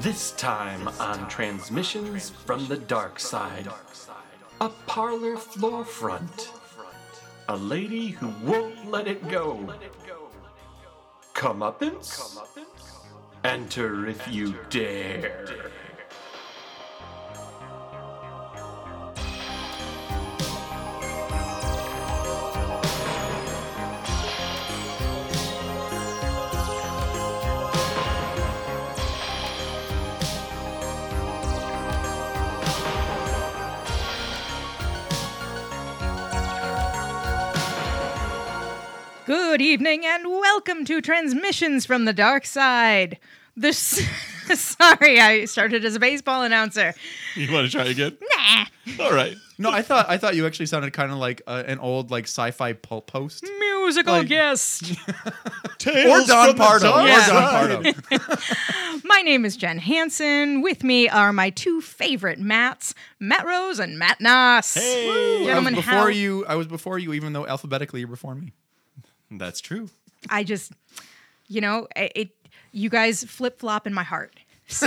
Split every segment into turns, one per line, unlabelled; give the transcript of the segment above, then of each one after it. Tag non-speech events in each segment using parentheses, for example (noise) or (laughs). This time on Transmissions from the Dark Side, a parlor floor front, a lady who won't let it go. Comeuppance? Enter if you dare.
Good evening and welcome to Transmissions from the Dark Side. This (laughs) sorry, I started as a baseball announcer.
You want to try again?
Nah.
All right.
No, I thought I thought you actually sounded kind of like uh, an old like sci-fi pulp post
Mm,
Musical
Like-
guest.
or Don Pardo or
Yeah.
Don Pardo.
My name is Jen Hansen. With me are my two favorite Matts, Matt Rose and Matt Noss.
Hey.
I
(laughs)
was
Gentlemen,
before
how
you, I was before you, even though alphabetically you're before me.
That's true.
I just you know, it, it you guys flip-flop in my heart.
(laughs)
So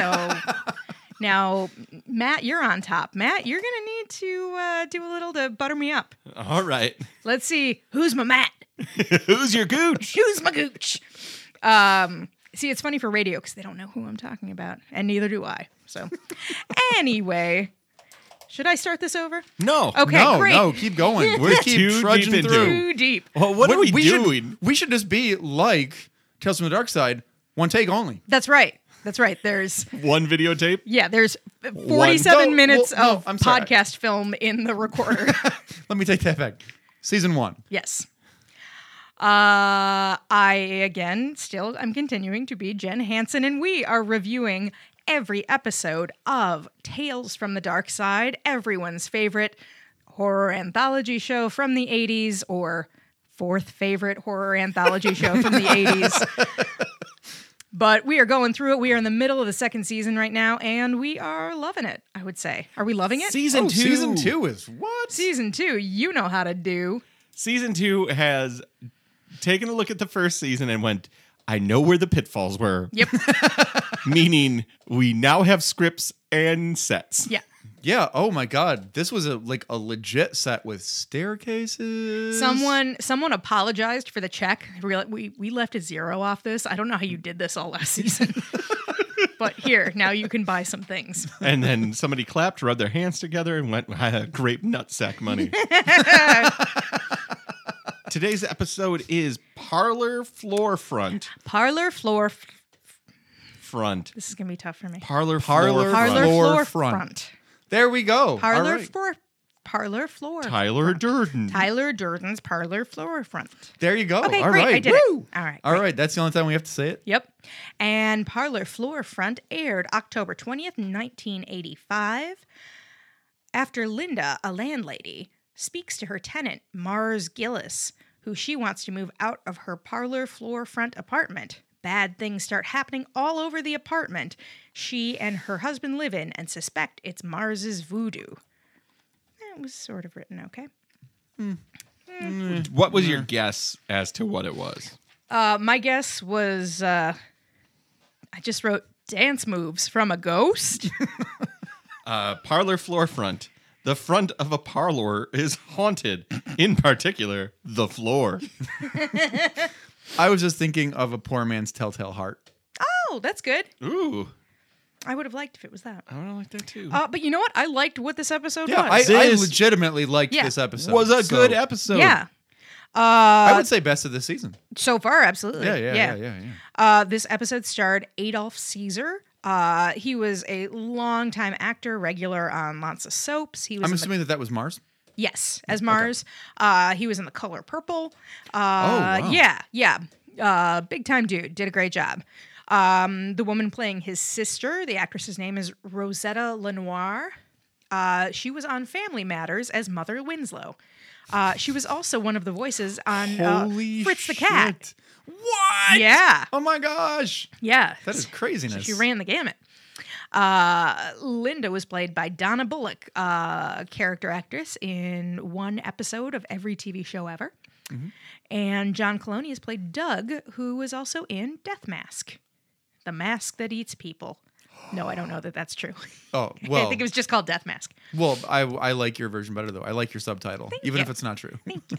now Matt, you're on top. Matt, you're going to need to uh, do a little to butter me up.
All right.
Let's see who's my Matt.
(laughs) Who's your gooch?
Who's my gooch? Um, see, it's funny for radio because they don't know who I'm talking about, and neither do I.
(laughs)
So, anyway, should I start this over?
No.
Okay,
no,
great.
no, keep going.
(laughs)
We're
Too
keep
deep
trudging
into
through.
it.
Too deep.
Well, what, are we,
Should,
doing?
we should just be like Tales from the Dark Side, one take only.
That's right. That's right. There's
(laughs) One videotape.
yeah. There's 47
No,
minutes
well, no,
of
I'm sorry.
podcast film in the
(laughs)
recorder.
Let me take that back. Season one.
yes. Uh, I again still I'm continuing to be Jen Hansen, and we are reviewing every episode of Tales from the Dark Side, everyone's favorite horror anthology show from the 80s, or fourth favorite horror anthology show from the 80s. But we are going through it. We are in the middle of the second season right now, and we are loving it. I would say, are we loving it?
Season
Oh,
two.
Season two is what?
season two, you know how to do.
Season two has taken a look at the first season and went, I know where the pitfalls were.
(laughs) Yep.
Meaning we now have scripts and sets.
Yeah.
Yeah. Oh my God, this was a like a legit set with staircases.
Someone someone apologized for the check. Real- We we left a zero off this. I don't know how you did this all last
(laughs)
season. but here, now you can buy some things.
And then somebody clapped, rubbed their hands together, and went, ah, grape nutsack money. (laughs) Today's episode is Parlor Floor Front.
Parlor floor f-
Front.
This is going to be tough for me.
Parlor,
Parlor
floor
Parlor
front.
floor
floor front.
front. There we go. All
Parlor
right.
floor Parlor floor.
Tyler Durden.
Tyler Durden's parlor floor front.
There you go.
Okay,
All
great. I
right.
did
Woo.
it. All right.
All right, that's the only time we have to say it.
Yep. And Parlor Floor Front aired October 20th, 1985. After Linda, a landlady, speaks to her tenant, Mars Gillis, who she wants to move out of her parlor floor front apartment. Bad things start happening all over the apartment she and her husband live in and suspect it's Mars's voodoo. That was sort of written okay.
What was your guess as to what it was?
Uh, my guess was uh, I just wrote dance moves from a ghost.
A parlor floor front. The front of a parlor is haunted, in particular, the floor.
I was just thinking of a poor man's telltale heart.
Oh, that's good.
Ooh.
I would have liked if it was that.
I don't like that too.
Uh, but you know what? I liked what this episode
Yeah, I,
was.
I
This-
legitimately liked
Yeah.
this episode.
was a
so
good episode.
yeah. Uh,
I would say best of the season.
So far, absolutely.
Yeah, yeah, yeah, yeah. yeah,
Uh, this episode starred Adolf Caesar. Uh, he was a longtime actor, regular on lots of soaps. He was
I'm
in the-
assuming that that was Mars.
yes,
Mm,
as Mars. Uh, he was in the color purple. Uh,
Oh, wow.
yeah, yeah. Uh, big time dude. Did a great job. Um, the woman playing his sister, the actress's name is Rosetta Lenoir. Uh, she was on Family Matters as Mother Winslow. Uh, she was also one of the voices on uh,
Holy
Fritz the Cat.
shit. What?
Yeah,
Oh my gosh.
yeah.
That is craziness.
She ran the gamut. Uh, Linda was played by Donna Bullock, uh, character actress in one episode of every TV show ever. And John Coloni has played Doug, who was also in Death Mask, the mask that eats people. No, I don't know that that's true. (laughs)
Oh well.
I think it was just called Death Mask.
well, I I like your version better though. I like your subtitle, even
you.
if it's not true.
Thank you.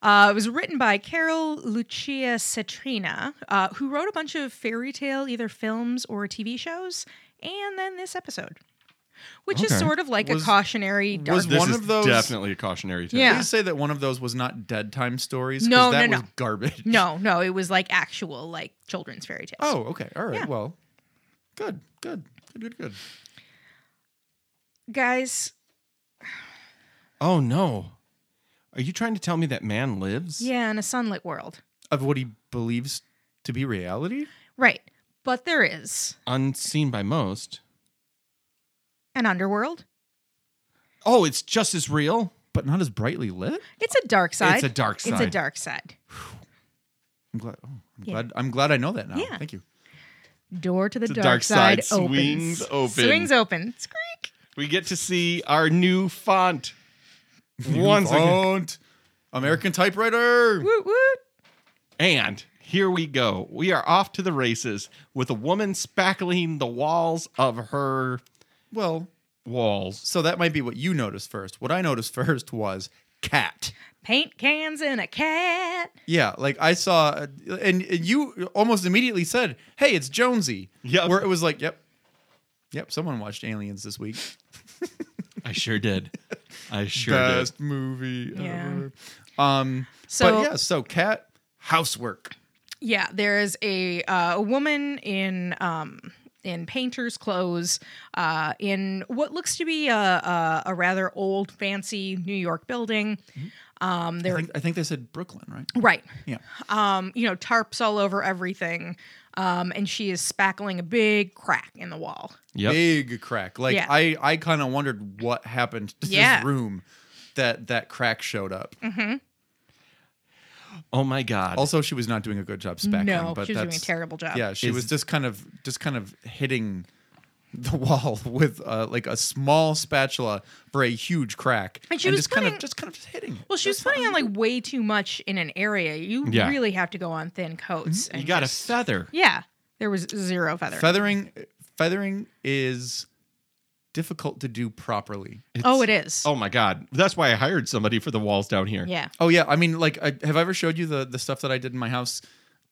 Uh, it was written by Carol Lucia Cetrina, uh, who wrote a bunch of fairy tale either films or TV shows, and then this episode, which is
Okay.
sort of like
Was-
a cautionary dark.
was
This
One
is
of those-
definitely a cautionary tale.
Yeah.
Please say that one of those was not dead time stories. 'cause
No,
that
no,
was
no. (laughs)
garbage.
no, no, it was like actual like children's fairy tales.
Oh, okay. All right.
Yeah.
Well, good, good, good, good, good.
guys,
Oh no. Are you trying to tell me that man lives?
yeah, in a sunlit world,
Of what he believes to be reality.
right? But there is
Unseen by most.
an underworld.
Oh, it's just as real.
but not as brightly lit.
It's a dark side.
It's a dark
It's a
side.
dark side.
I'm glad. Oh, I'm
Yeah.
glad. I'm glad I know that now.
Yeah.
Thank you.
Door to the,
The
dark,
dark
side,
side swings
opens.
open.
Swings open. Squeak.
We get to see our new font. (laughs) Oh, Once again.
Font. American typewriter.
Woot woot.
And here we go. We are off to the races with a woman spackling the walls of her
Well,
walls.
so that might be what you noticed first. What I noticed (laughs) first was cat.
paint cans and a cat.
Yeah, like I saw, uh, and, and you almost immediately said, "Hey, it's Jonesy."
Yep.
Where it was like, "Yep, yep." Someone watched Aliens this week.
I sure did. I sure
Best movie
Yeah.
ever. Um.
So-
but yeah, so cat housework.
Yeah, there is a uh, a woman in um in painter's clothes uh, in what looks to be a, a a rather old fancy New York building. Um,
I
there,
think, I think they said Brooklyn, right?
right?
Yeah.
Um, you know, tarps all over everything. Um, and she is spackling a big crack in the wall.
did. Yep.
big crack. Like
Yeah.
I, I kind of wondered what happened to
Yeah. Mm-hmm.
this room that that crack showed up.
Oh my god.
Also, she was not doing a good job specking.
no,
but
she was doing a
that's-
terrible job.
Yeah, she
Is-
was just kind of just kind of hitting the (laughs) wall with uh, like a small spatula for a huge crack,
And she was
just kind
putting-
of just kind of just hitting. it.
Well, she was putting on like way too much in an area. You
Yeah. Mm-hmm.
really have to go on thin coats.
you
and
got a
just-
feather.
Yeah, there was zero feather.
Feathering, feathering is difficult to do properly.
oh, it is.
Oh my god. That's why I hired somebody for the walls down here.
yeah.
Oh yeah, I mean, like, I, have I ever showed you the the stuff that I did in my house,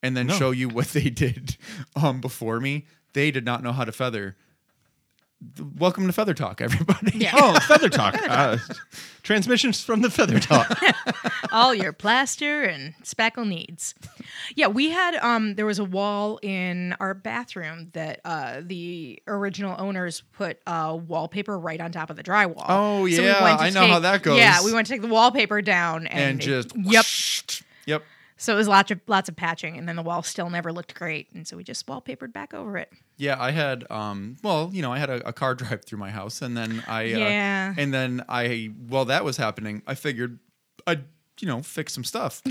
and then
No.
show you what they (laughs) did um, before me? They did not know how to feather. Th- Welcome to Feather Talk, everybody.
Yeah.
(laughs) Oh, feather talk. Uh, transmissions from the feather talk.
all your plaster and spackle needs. Yeah, we had um there was a wall in our bathroom that uh the original owners put uh wallpaper right on top of the drywall.
Oh, yeah, I know how that goes.
Yeah, we went to take the wallpaper down and,
(laughs) And just
Yep.
Yep.
So it was lots of lots of patching and then the wall still never looked great and so we just wallpapered back over it.
Yeah, I had um well, you know, I had a, a car (laughs) drive through my house and then I
Yeah.
uh, and then I while that was happening, I figured I'd, you know, fix some stuff.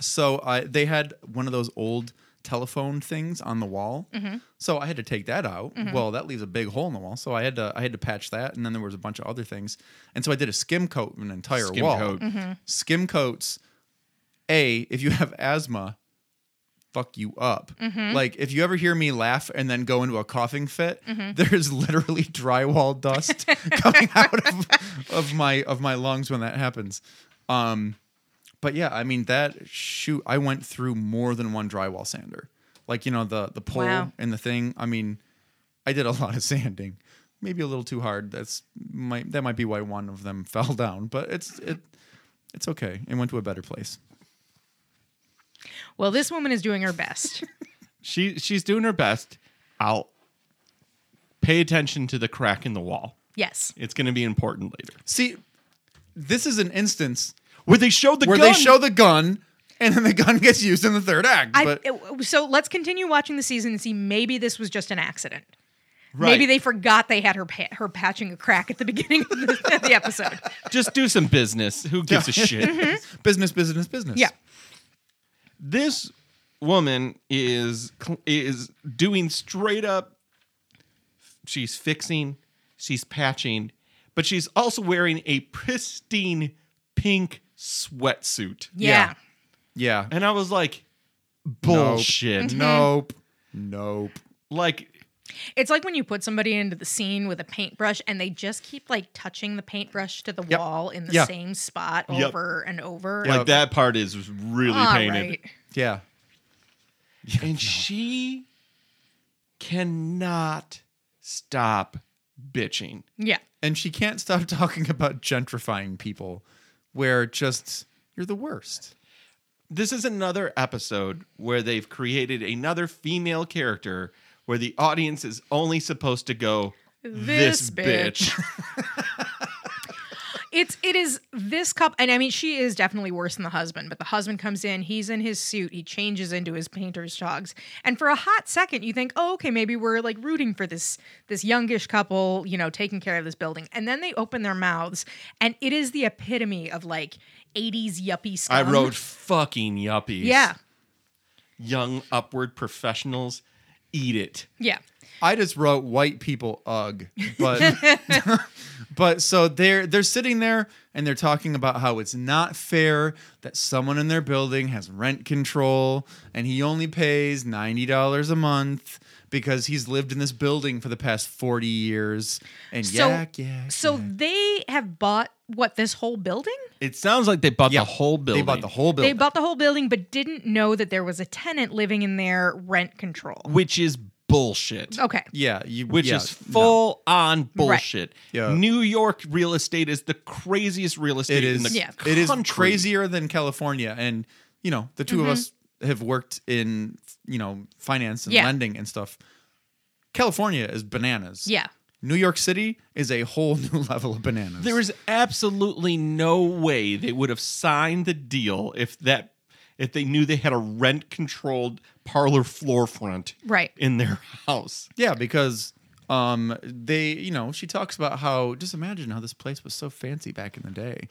so I they had one of those old telephone things on the wall. So I had to take that out. Well, that leaves a big hole in the wall. So I had to I had to patch that and then there was a bunch of other things. And so I did a skim coat of an entire
Skim
wall.
coat.
Skim coats a if you have asthma fuck you up like if you ever hear me laugh and then go into a coughing fit there's literally (laughs) drywall dust coming out of, of my of my lungs when that happens um but yeah i mean that shoot i went through more than one drywall sander like you know the the pole
Wow.
and the thing i mean i did a (laughs) lot of sanding maybe a little too hard that's might that might be why one of them (laughs) fell down but it's it it's okay it went to a better place
Well, this woman is doing her
(laughs)
best.
She she's doing her best. I'll pay attention to the crack in the wall.
yes.
It's going to be important later.
See, this is an instance
Where they showed the
where
gun.
they show the gun, and then the gun (laughs) gets used in the third act.
I,
but
it- so let's continue watching the season and see maybe this was just an accident.
Right.
Maybe they forgot they had her pa- her patching a crack at the beginning of the, of the episode.
(laughs) just do some business. Who gives a shit?
(laughs) business, business, business.
Yeah.
this woman is cl- is doing straight up. She's fixing. She's patching, but she's also wearing a pristine pink sweatsuit.
Yeah.
yeah.
And I was like, bullshit.
Nope. Nope.
Like
It's like when you put somebody into the scene with a paintbrush and they just keep like touching the paintbrush to the
Yep.
wall in the
Yeah.
same spot
Yep.
over and over.
Like that part is really
All
painted.
right.
Yeah.
No. (laughs)
And she cannot stop bitching.
Yeah.
And she can't stop (laughs) talking about gentrifying people where just you're the worst.
This is another episode where they've created another female character where the audience is only supposed to go
This (laughs) It's it is this couple and I mean she is definitely worse than the husband, but the husband comes in, he's in his suit, he changes into his painter's togs. And for a hot second you think, "Oh, okay, maybe we're like rooting for this this youngish couple, you know, taking care of this building." And then they open their mouths and it is the epitome of like 80s yuppie scum.
I wrote fucking yuppies.
Yeah.
Young upward professionals eat it.
Yeah.
I just wrote white people ugh,
(laughs)
but (laughs) but so they're they're sitting there and they're talking about how it's not fair that someone in their building has rent control and he only pays ninety dollars a month because he's lived in this building for the past forty years and
So-
yak yak.
So they have bought what this whole building?
It sounds like they bought
Yeah.
the whole building.
They bought the whole
They
building.
bought the whole building but didn't know that there was a tenant living in their rent control.
which is bullshit.
Okay.
yeah, you,
Which
yeah,
is full on bullshit.
Yeah.
New York real estate is the craziest real
no.
estate
It is
in the
Yeah.
it is
country.
crazier than California, and you know the 2 of us have worked in you know finance and
Yeah.
lending and stuff. California is bananas.
Yeah.
New York City is a whole (laughs) new level of bananas.
There is absolutely no way they would have signed the deal if that if they knew they had a rent controlled parlor floor front
Right.
in their house.
yeah, because um they you know she talks about how just imagine how this place was so fancy back in the day.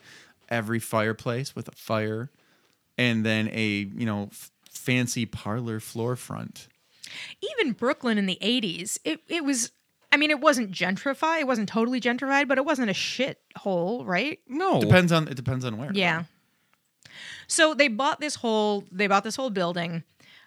Every fireplace with a fire, and then a you know f- fancy parlor floor front.
even Brooklyn in the 80s, it, it was, I mean, it wasn't gentrified. It wasn't totally gentrified, but it wasn't a shit hole, right?
No.
Depends on it depends on where.
Yeah. So they bought this whole, they bought this whole building.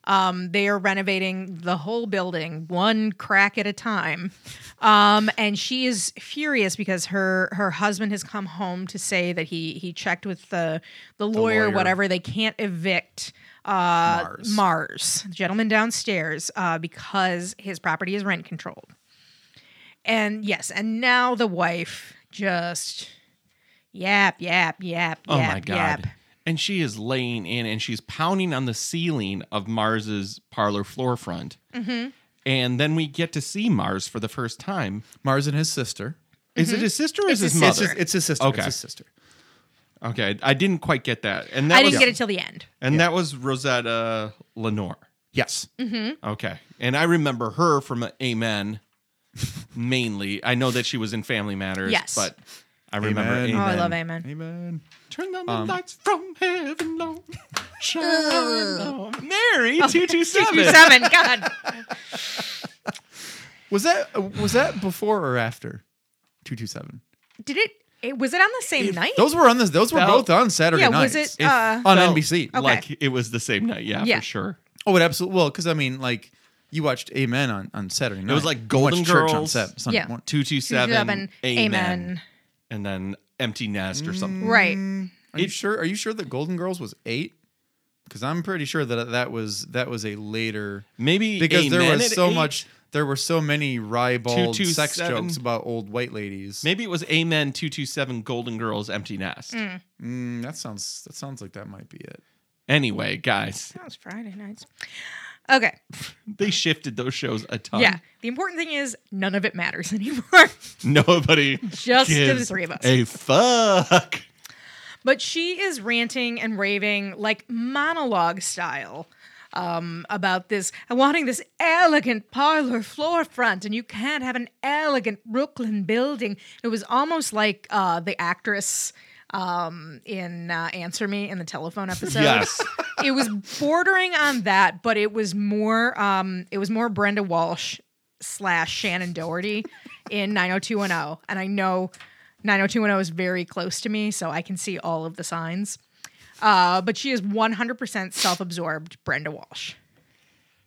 Um, they are renovating the whole building, one crack at a time. Um, and she is furious because her her husband has come home to say that he he checked with the the lawyer,
lawyer.
whatever. They can't evict uh,
Mars.
Mars, the gentleman downstairs, uh, because his property is rent controlled. And yes, and now the wife just yap, yap, yap,
Oh
yap,
my god.
yap.
And she is laying in and she's pounding on the ceiling of Mars's parlor floor front.
Mm-hmm.
And then we get to see Mars for the first time.
Mars and his sister.
Is it his sister or is
Mm-hmm. It's
his,
his
mother?
It's his, it's his sister.
Okay.
It's his sister.
Okay, I didn't quite get that. And that
I didn't
was
get it till the
(laughs)
end.
and that was Rosetta Lenore.
Yes.
Mm-hmm.
Okay. And I remember her from Amen mainly. I know that she was in Family Matters,
Yes.
but I remember
Amen. Um,
Amen.
Oh, I love Amen.
Amen.
Turn on the lights from heaven low. Shine on. Mary 227.
Seven, God.
Was that was that before or after? Two two seven.
Did it, it, was it on the same night?
Those were on this. Those were
That-
both on Saturday
yeah,
nights.
was it,
If-
uh,
(laughs) on
Felt
NBC?
Okay.
Like it was the same night. Yeah,
Yeah.
for sure.
Oh, it absolutely. Well, because I mean, like you watched Amen on, on Saturday night.
was like
You
Golden
watched Church on
Girls.
Sat- Sunday
Yeah.
morning.
227.
Seven,
Amen. And then Empty Nest or something.
Right.
Mm, Are you sure? Are you sure that Golden Girls was eight? Because I'm pretty sure that that was that was a later
Maybe
because there
Amen
was
at
so
eight.
much. There were so many ribald sex
227.
jokes about old white ladies.
Maybe it was Amen 227 Golden Girls Empty Nest.
Mm, that sounds that sounds like that might be it.
Anyway, guys,
That was Friday nights. Okay.
they shifted those shows a ton.
yeah. The important thing is none of it matters (laughs) anymore.
(laughs) Nobody
Just to the
gives
three of us.
A fuck.
But she is ranting and raving, like monologue style, um, about this. I wanting this elegant parlor floor front, and you can't have an elegant Brooklyn building. It was almost like uh, the actress um, in uh, Answer Me in the telephone episode.
Yes.
it was bordering on that, but it was more. Um, it was more Brenda Walsh slash Shannon Doherty in 90210, and I know 90210 is very close to me, so I can see all of the signs. Uh, but she is 100% self-absorbed Brenda Walsh.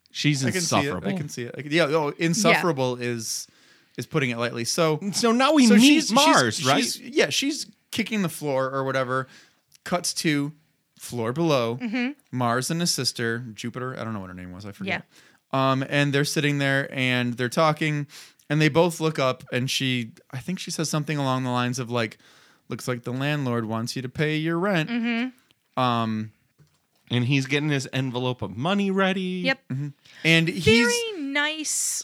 She's
I can see it.
insufferable.
I can see it. I can, yeah, oh, insufferable is is putting it lightly. So
So now we
so
meet
she's
Mars,
she's-
right?
she's- yeah, she's kicking the floor or whatever. Cuts to floor below.
Mm-hmm.
Mars and his sister Jupiter. I don't know what her name was. I forget. Um, and they're sitting there and they're talking, and they both look up, and she, I think she says something along the lines of like, "Looks like the landlord wants you to pay your rent."
Mm-hmm. and he's getting his envelope of money ready.
Yep.
And Mm-hmm. he's
Very nice.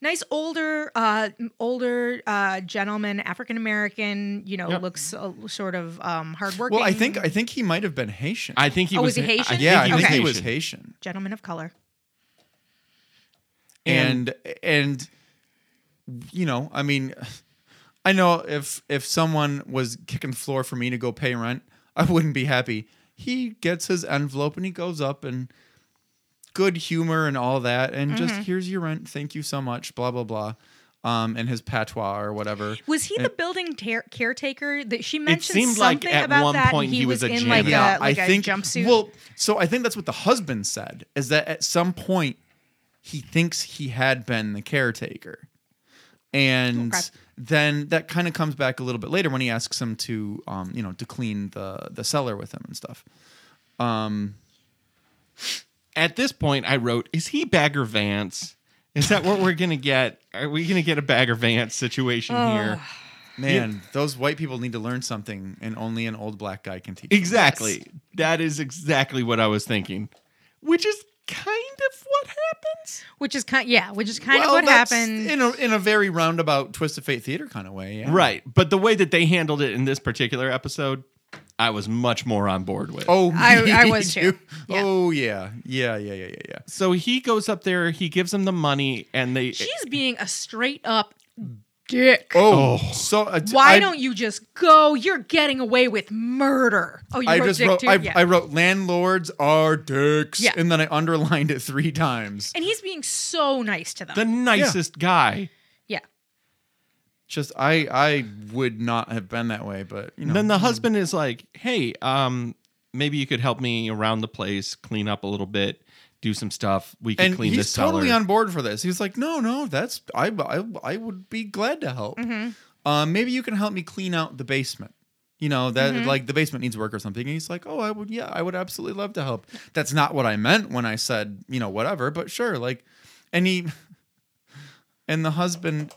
Nice older, uh, older uh, gentleman, African American. You know,
Yep.
looks uh, sort of um, hardworking.
well, I think I think he might have been Haitian.
I think he
Oh,
was.
was he Haitian?
I think
yeah, I
he
think
was
Okay.
he was
Haitian.
Haitian.
gentleman of color.
and and you know i mean (laughs) i know if if someone was kicking the floor for me to go pay rent i wouldn't be happy he gets his envelope and he goes up and good humor and all that and just here's your rent thank you so much blah blah blah um and his patois or whatever
Was he the building tar- caretaker that she mentioned?
seemed like
something
at
about
one
that, and
point he was a
in like
janitor.
a like a jumpsuit.
Well, so I think that's what the husband said is that at some point he thinks he had been the caretaker, and
Okay.
then that kind of comes back a little bit later when he asks him to, um, you know, to clean the the cellar with him and stuff.
At this point, I wrote, "Is he Bagger Vance? Is that what we're gonna get? Are we gonna get a Bagger Vance situation
Oh,
here?"
Man, those white people need to learn something, and only an old black guy can teach. them.
Exactly. That is exactly what I was thinking, which is kind of what happens.
which is kind, yeah, which is kind
Well,
of what
that's
happened.
in a in a very roundabout twist of fate theater kind of way. yeah.
Right. But the way that they handled it in this particular episode, I was much more on board with.
Oh,
I- I
(laughs) me
was too. Yeah.
Oh yeah, yeah, yeah, yeah, yeah, yeah.
So he goes up there, he gives them the money, and they.
She's being a straight up dick.
Oh, so uh,
Why
I-
don't you just go? You're getting away with murder. Oh, you
I
wrote
just
dick
wrote
too?
I,
yeah.
I wrote landlords are dicks,
Yeah.
and then I underlined it three times.
and he's being so nice to them.
the nicest guy.
yeah.
Just I I would not have been that way, but you know.
Then the husband is like, "Hey, um, maybe you could help me around the place, clean up a little bit, do some stuff. We can
and
clean
he's
this
totally
cellar."
on board for this. He was like, "No, no, that's I I, I would be glad to help.
Mm-hmm.
Um, maybe you can help me clean out the basement. You know that
Mm-hmm.
like the basement needs work or something." And he's like, "Oh, I would, yeah, I would absolutely love to help." That's not what I meant when I said you know whatever, but sure, like, and he, (laughs) and the husband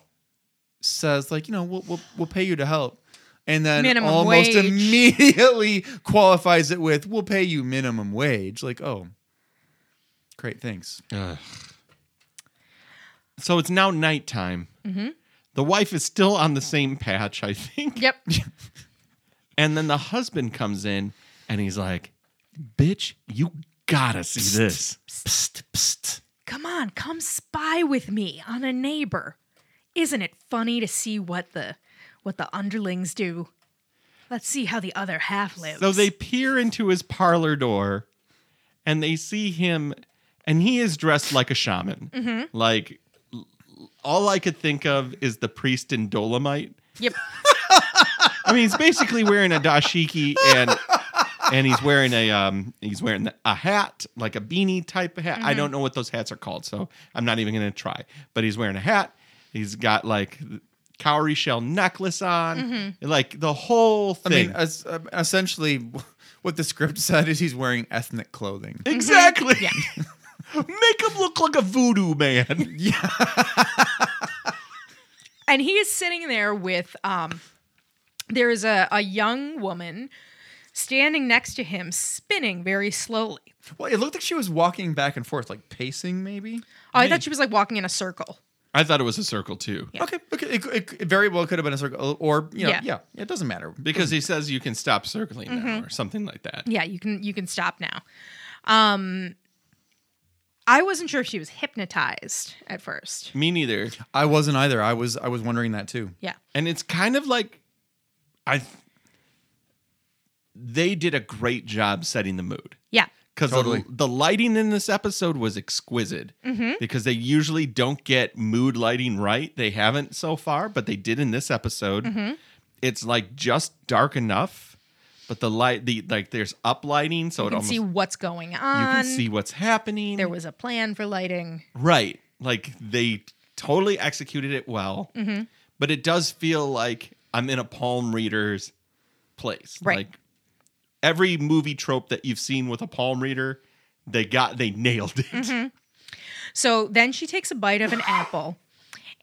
says like, you know, we'll we'll, we'll pay you to help. And then
Minimum
almost
wage.
(laughs) immediately qualifies it with, "We'll pay you minimum wage." Like, oh, great, thanks.
Ugh. So it's now nighttime.
Mm-hmm.
The wife is still on the same patch, I think.
(laughs)
Yep.
And then the husband comes in and he's like, "Bitch, you gotta see this."
Psst, psst.
come on, come spy with me on a neighbor. Isn't it funny to see what the what the underlings do? Let's see how the other half lives.
So they peer into his parlor door and they see him, and he is dressed like a shaman. Like, l- all I could think of is the priest in Dolomite.
Yep.
I mean, he's basically wearing a dashiki and. And he's wearing a um, he's wearing a hat, like a beanie type of hat. I don't know what those hats are called, so I'm not even gonna try. But he's wearing a hat. He's got like cowrie shell necklace on, like the whole
I
thing.
mean, as, uh, essentially, (laughs) what the script said is he's wearing ethnic clothing.
Exactly.
Yeah.
(laughs) Make him look like a voodoo man.
and he is sitting there with um there is a, a young woman standing next to him spinning very slowly.
Well, it looked like she was walking back and forth, like pacing, maybe.
Oh, I thought she was like walking in a circle.
(laughs) I thought it was a circle too.
Okay, okay. It, it, it very well could have been a circle, or you know,
Yeah.
yeah, it doesn't matter.
Because he says you can stop circling now or something like that.
Yeah, you can you can stop now. Um I wasn't sure if she was hypnotized at first.
Me neither.
I wasn't either. I was, I was wondering that too.
Yeah.
And it's kind of like I they did a great job setting the mood.
Yeah.
Because
Totally.
the, the lighting in this episode was exquisite
Mm-hmm.
because they usually don't get mood lighting right. They
Mm-hmm.
haven't so far, but they did in this episode. It's like just dark enough but the light, the like, there's up lighting, so
You
it
can
almost
see
you
what's going on.
can see what's happening.
there was a plan for lighting.
Right. Like they totally executed it well,
Mm-hmm.
but it does feel like I'm in a palm reader's place.
Right.
Like every movie trope that you've seen with a palm reader, they got, they nailed it.
Mm-hmm. So then she takes a bite of an apple,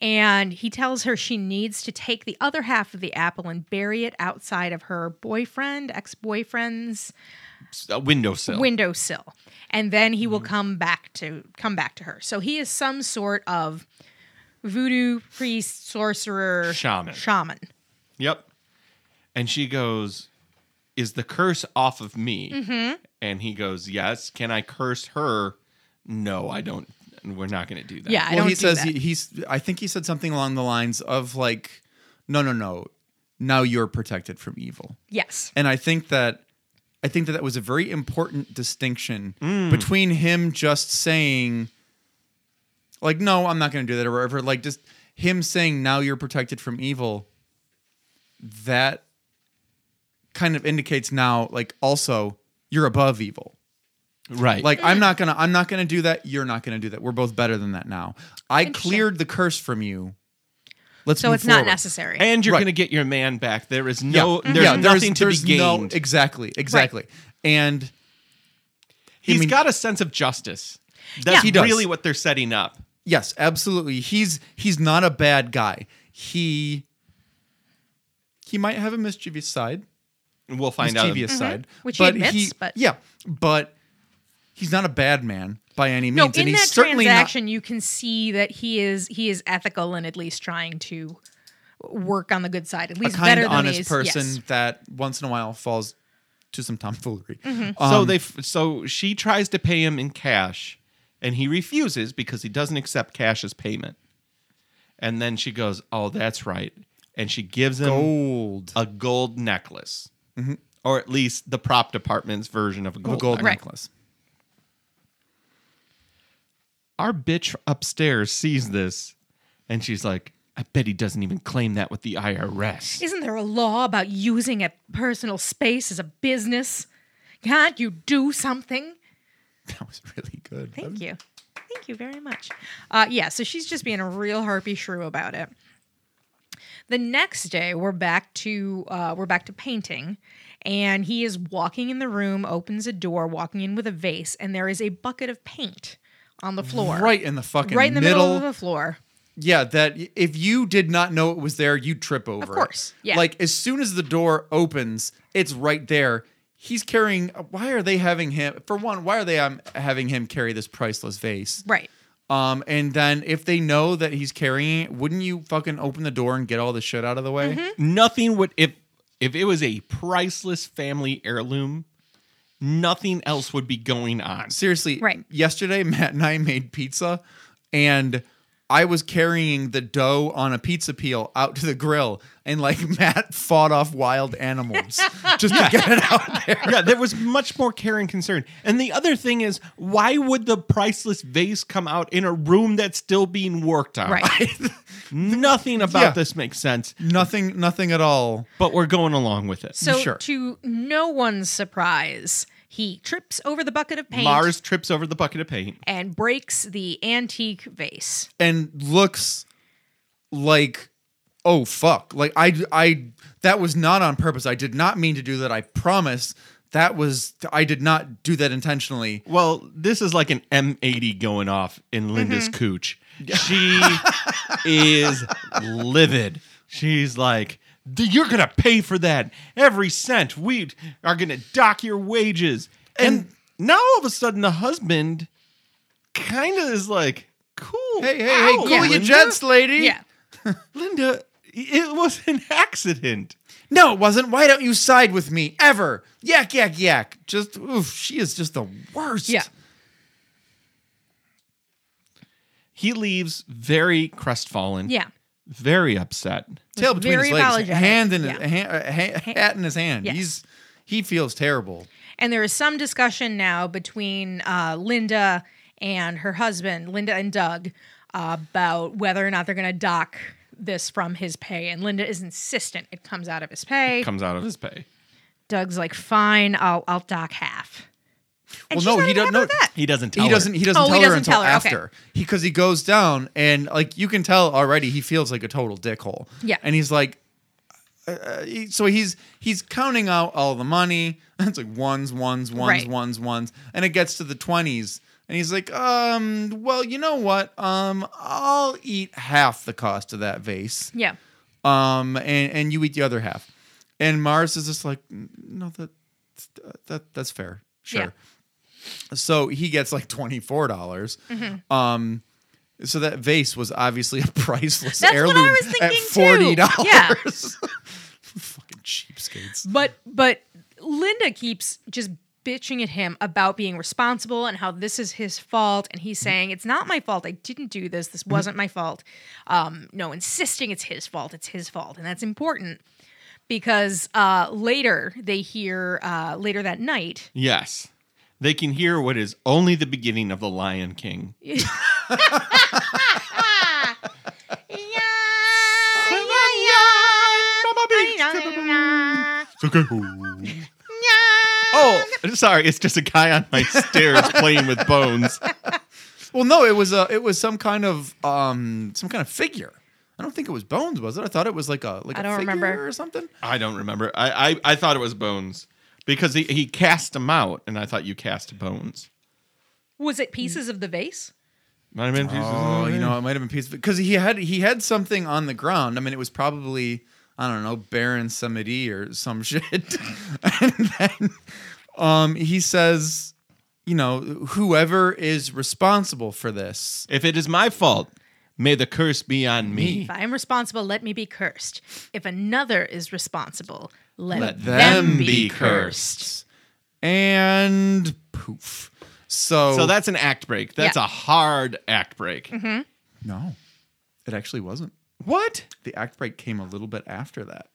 and he tells her she needs to take the other half of the apple and bury it outside of her boyfriend, ex boyfriend's
A
Oh.
windowsill.
windowsill, and then he will
Mm-hmm.
come back to come back to her. So he is some sort of voodoo priest, sorcerer,
Shaman.
shaman.
Yep. And she goes, Is the curse off of me?
Mm-hmm.
And he goes, Yes. Can I curse her? No, I don't. We're not going to do that.
Yeah, I
well,
don't.
he
do
says
that.
he, he's. I think he said something along the lines of like, "No, no, no. Now you're protected from evil."
yes,
And I think that, I think that that was a very important distinction
Mm.
between him just saying, like, "No, I'm not going to do that," or whatever. Like, just him saying, "Now you're protected from evil." That kind of indicates now, like, also you're above evil.
Right.
Like
Mm.
I'm not gonna I'm not gonna do that. You're not gonna do that. We're both better than that now. I
Interesting.
cleared the curse from you. Let's
so
move
it's not
forward.
necessary.
and you're
Right.
going to get your man back. There is
Yeah,
no,
yeah,
there's
there's-
nothing to
there's
be
no-
gained.
exactly, exactly. And
He's
I mean-
got a sense of justice. That's
He
does.
really what they're setting up.
yes, absolutely. He's he's not a bad guy. He he might have a mischievous side,
And We'll find out.
mischievous side,
Mm-hmm. Which he admits, but-
yeah, but he's not a bad man by any means,
no,
and
in
he's
that
certainly not.
transaction, you can see that he is he is ethical and at least trying to work on the good side. At
a
least
kind,
better than
honest
these.
person
Yes.
that once in a while falls to some tomfoolery.
so
Mm-hmm.
Um,
they, f- so she tries to pay him in cash, and he refuses because he doesn't accept cash as payment. And then she goes, "Oh, that's right," and she gives him
gold
a gold necklace, or at least the prop department's version of a
of a
gold.
gold
necklace.
Right.
necklace. (laughs)
Our bitch upstairs sees this, and she's like, "I bet he doesn't even claim that with the IRS."
Isn't there a law about using a personal space as a business? Can't you do something?
That was really good.
Thank you. Thank you very much. Uh, yeah, so she's just being a real harpy shrew about it. The next day, we're back to uh, we're back to painting, and he is walking in the room, opens a door, walking in with a vase, and there is a bucket of paint on the floor,
Right in the fucking
right in the middle,
middle.
of the floor.
yeah, that if you did not know it was there, you'd trip over. it.
course, yeah.
Like as soon as the door opens, it's right there. He's carrying. uh, Why are they having him? For one, why are they um, having him carry this priceless vase?
Right.
Um, and then if they know that he's carrying it, wouldn't you fucking open the door and get all the shit out of the
Mm-hmm.
way?
nothing would if if it was a priceless family heirloom nothing else would be going on
Seriously,
Right.
yesterday (laughs) Matt and I made pizza and I was carrying the dough on a pizza peel out to the grill and like (laughs) Matt fought off
(laughs)
wild animals just to get it out there.
yeah there was much more care and concern and the other thing is why would the priceless vase come out in a room that's still being worked on
Right.
(laughs)
(laughs)
nothing about
Yeah.
this makes sense
Nothing, nothing at all.
but we're going along with it
So,
Sure.
to no one's surprise, he trips over the bucket of paint
mars trips over the bucket of paint
and breaks the antique vase.
And looks like oh fuck. Like I I that was not on purpose. I did not mean to do that. I promise. That was I did not do that intentionally.
well this is like an m80 going off in linda's
Mm-hmm.
cooch she is livid she's like "D- you're gonna pay for that every cent we are gonna dock your wages and, now all of a sudden the husband kind of is like cool
Hey, hey, hey,
out,
cool
yeah.
you
Linda.
jets, lady.
Yeah.
linda it was an accident
No, it wasn't. Why don't you side with me ever? Yak, yak, yak. Just, oof, she is just the worst.
Yeah.
he leaves very crestfallen
Yeah.
very upset
Tail between
Very
his legs,
apologetic.
hand in
Yeah.
his, hand, uh, ha- hat in his hand.
Yes.
He's he feels terrible.
And there is some discussion now between uh, Linda and her husband, Linda and Doug, uh, about whether or not they're going to dock this from his pay. And Linda is insistent it comes out of his pay.
comes out of his pay
Doug's like, fine, I'll I'll dock half. And
Well,
she's
no,
not
he
even
doesn't-
happy
no,
with that.
He doesn't tell
He doesn't.
her.
He doesn't
Oh, he
tell her
doesn't
until
tell her, okay.
after because he goes down and like you can tell already he feels like a total dickhole.
Yeah.
and he's like, uh, he- so he's he's counting out all the money. (laughs) It's like ones, ones, ones,
Right.
ones, ones, and it gets to the twenties, and he's like, um, well, you know what? Um, I'll eat half the cost of that vase.
Yeah.
Um, and and you eat the other half. And Mars is just like, no, that that that's fair, sure.
Yeah.
So he gets like twenty four dollars.
Mm-hmm.
Um, so that vase was obviously (laughs) a priceless
That's
heirloom
what I was
at
thinking too.
forty dollars.
Yeah.
(laughs) Fucking cheapskates.
But but Linda keeps just bitching at him about being responsible and how this is his fault and he's saying it's not my fault i didn't do this this wasn't my fault um no insisting it's his fault it's his fault and that's important because uh later they hear uh later that night (laughs)
Yes. They can hear what is only the beginning of the Lion King.
(laughs)
Oh, sorry, it's just a guy on my
(laughs)
stairs playing with bones.
Well, no, it was a it was some kind of um some kind of figure. I don't think it was bones, was it? I thought it was like a like
I
a
don't
figure
remember.
or something.
I don't remember. I, I, I thought it was bones because he, he cast them out, and I thought you cast bones.
was it pieces of the vase
Might have been pieces of
Oh, you
bones.
know, it might have been pieces because he had he had something on the ground. I mean, it was probably I don't know Baron Samedi or some (laughs) shit. and then um, he says, you know, whoever is responsible for this,
If it is my fault, may the curse be on me.
if i am responsible let me be cursed if another is responsible let,
Let
them,
them
be
be
cursed.
and poof. So
So that's an act break. That's
Yeah.
a hard act break.
Mm-hmm. no, it actually wasn't.
What?
The act break came a little bit after that.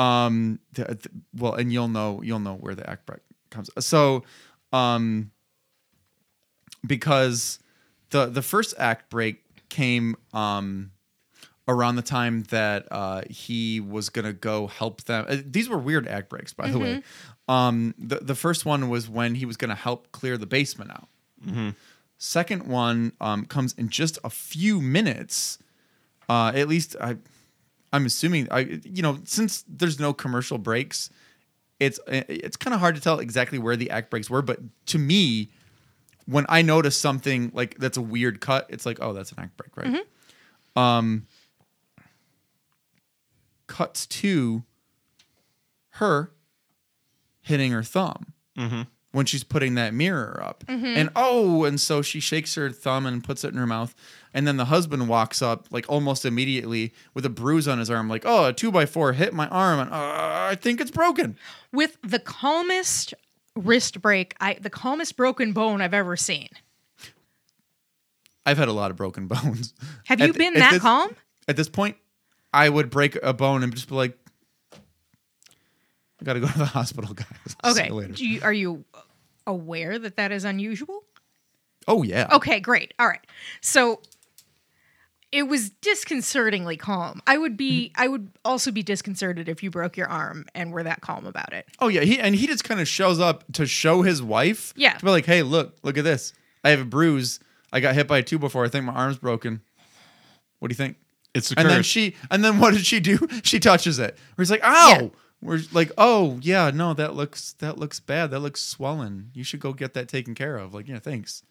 Um, the, the- well, and you'll know you'll know where the act break comes. So, um, because the the first act break came um around the time that uh he was gonna go help them. Uh, these were weird act breaks, by the way. Um, the the first one was when he was gonna help clear the basement out. Second one um, comes in just a few minutes. Uh, at least I, I'm assuming I, you know, since there's no commercial breaks, it's it's kind of hard to tell exactly where the act breaks were. But to me, when I notice something like that's a weird cut, it's like, oh, that's an act break, right? Um, cuts to her hitting her thumb when she's putting that mirror up.
Mm-hmm.
And oh, and so she shakes her thumb and puts it in her mouth. And then the husband walks up like almost immediately with a bruise on his arm, like, oh, a two by four hit my arm and uh, I think it's broken.
with the calmest wrist break i the calmest broken bone i've ever seen
I've had a lot of broken (laughs) bones.
have
At
you
the-
been
at
that
this-
calm
At this point, I would break a bone and just be like, I gotta go to the (laughs) hospital, guys. I'll see
okay
you later.
Do you, are you aware that that is unusual
Oh yeah.
okay great all right so it was disconcertingly calm i would be
Mm-hmm.
i would also be disconcerted if you broke your arm and were that calm about it
Oh yeah, he and he just kind of shows up to show his wife.
Yeah.
to be like, hey, look, look at this. I have a bruise. I got hit by a two before. I think my arm's broken. What do you think?
It's the
and then
curse.
she, and then what did she do? (laughs) She touches it. Where he's like, ow.
Yeah.
We're like, oh yeah, no, that looks that looks bad. That looks swollen. You should go get that taken care of. Like, yeah, thanks.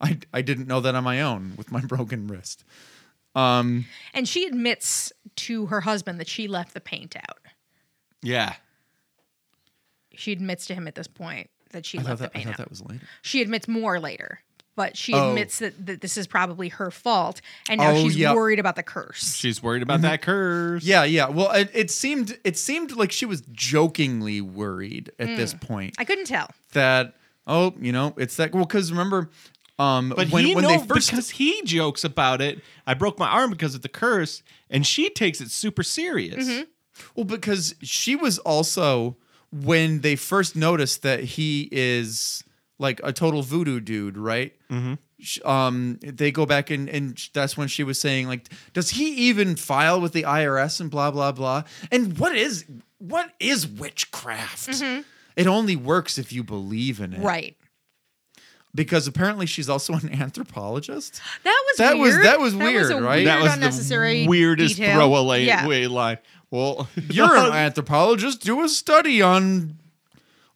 I I didn't know that on my own with my (laughs) broken wrist. Um,
and she admits to her husband that she left the paint out
yeah.
she admits to him at this point that she
I
left
thought that
the
I
paint
thought
out
that was later.
She admits more later, but she
Oh.
admits that, that this is probably her fault, and now
Oh,
she's
yeah.
worried about the curse.
She's worried
Mm-hmm.
about that curse.
Yeah, yeah. Well, it, it seemed it seemed like she was jokingly worried at this point
I couldn't tell.
that oh, you know, it's that well because remember, um,
But
when
he
when
knows
they first
because he jokes about it. I broke my arm because of the curse, and she takes it super serious.
Mm-hmm. well because she was also when they first noticed that he is like a total voodoo dude, right? Mm-hmm. Um, they go back and and sh- that's when she was saying like, does he even file with the IRS and blah blah blah? And what is what is witchcraft? It only works if you believe in it.
Right.
Because apparently she's also an (laughs) anthropologist.
That was
That was-
weird.
that was weird, right?
that
Weird
was
unnecessary
the weirdest
detail.
throwaway
Yeah.
way line.
(laughs)
Well,
(laughs)
You're an anthropologist. Do a study on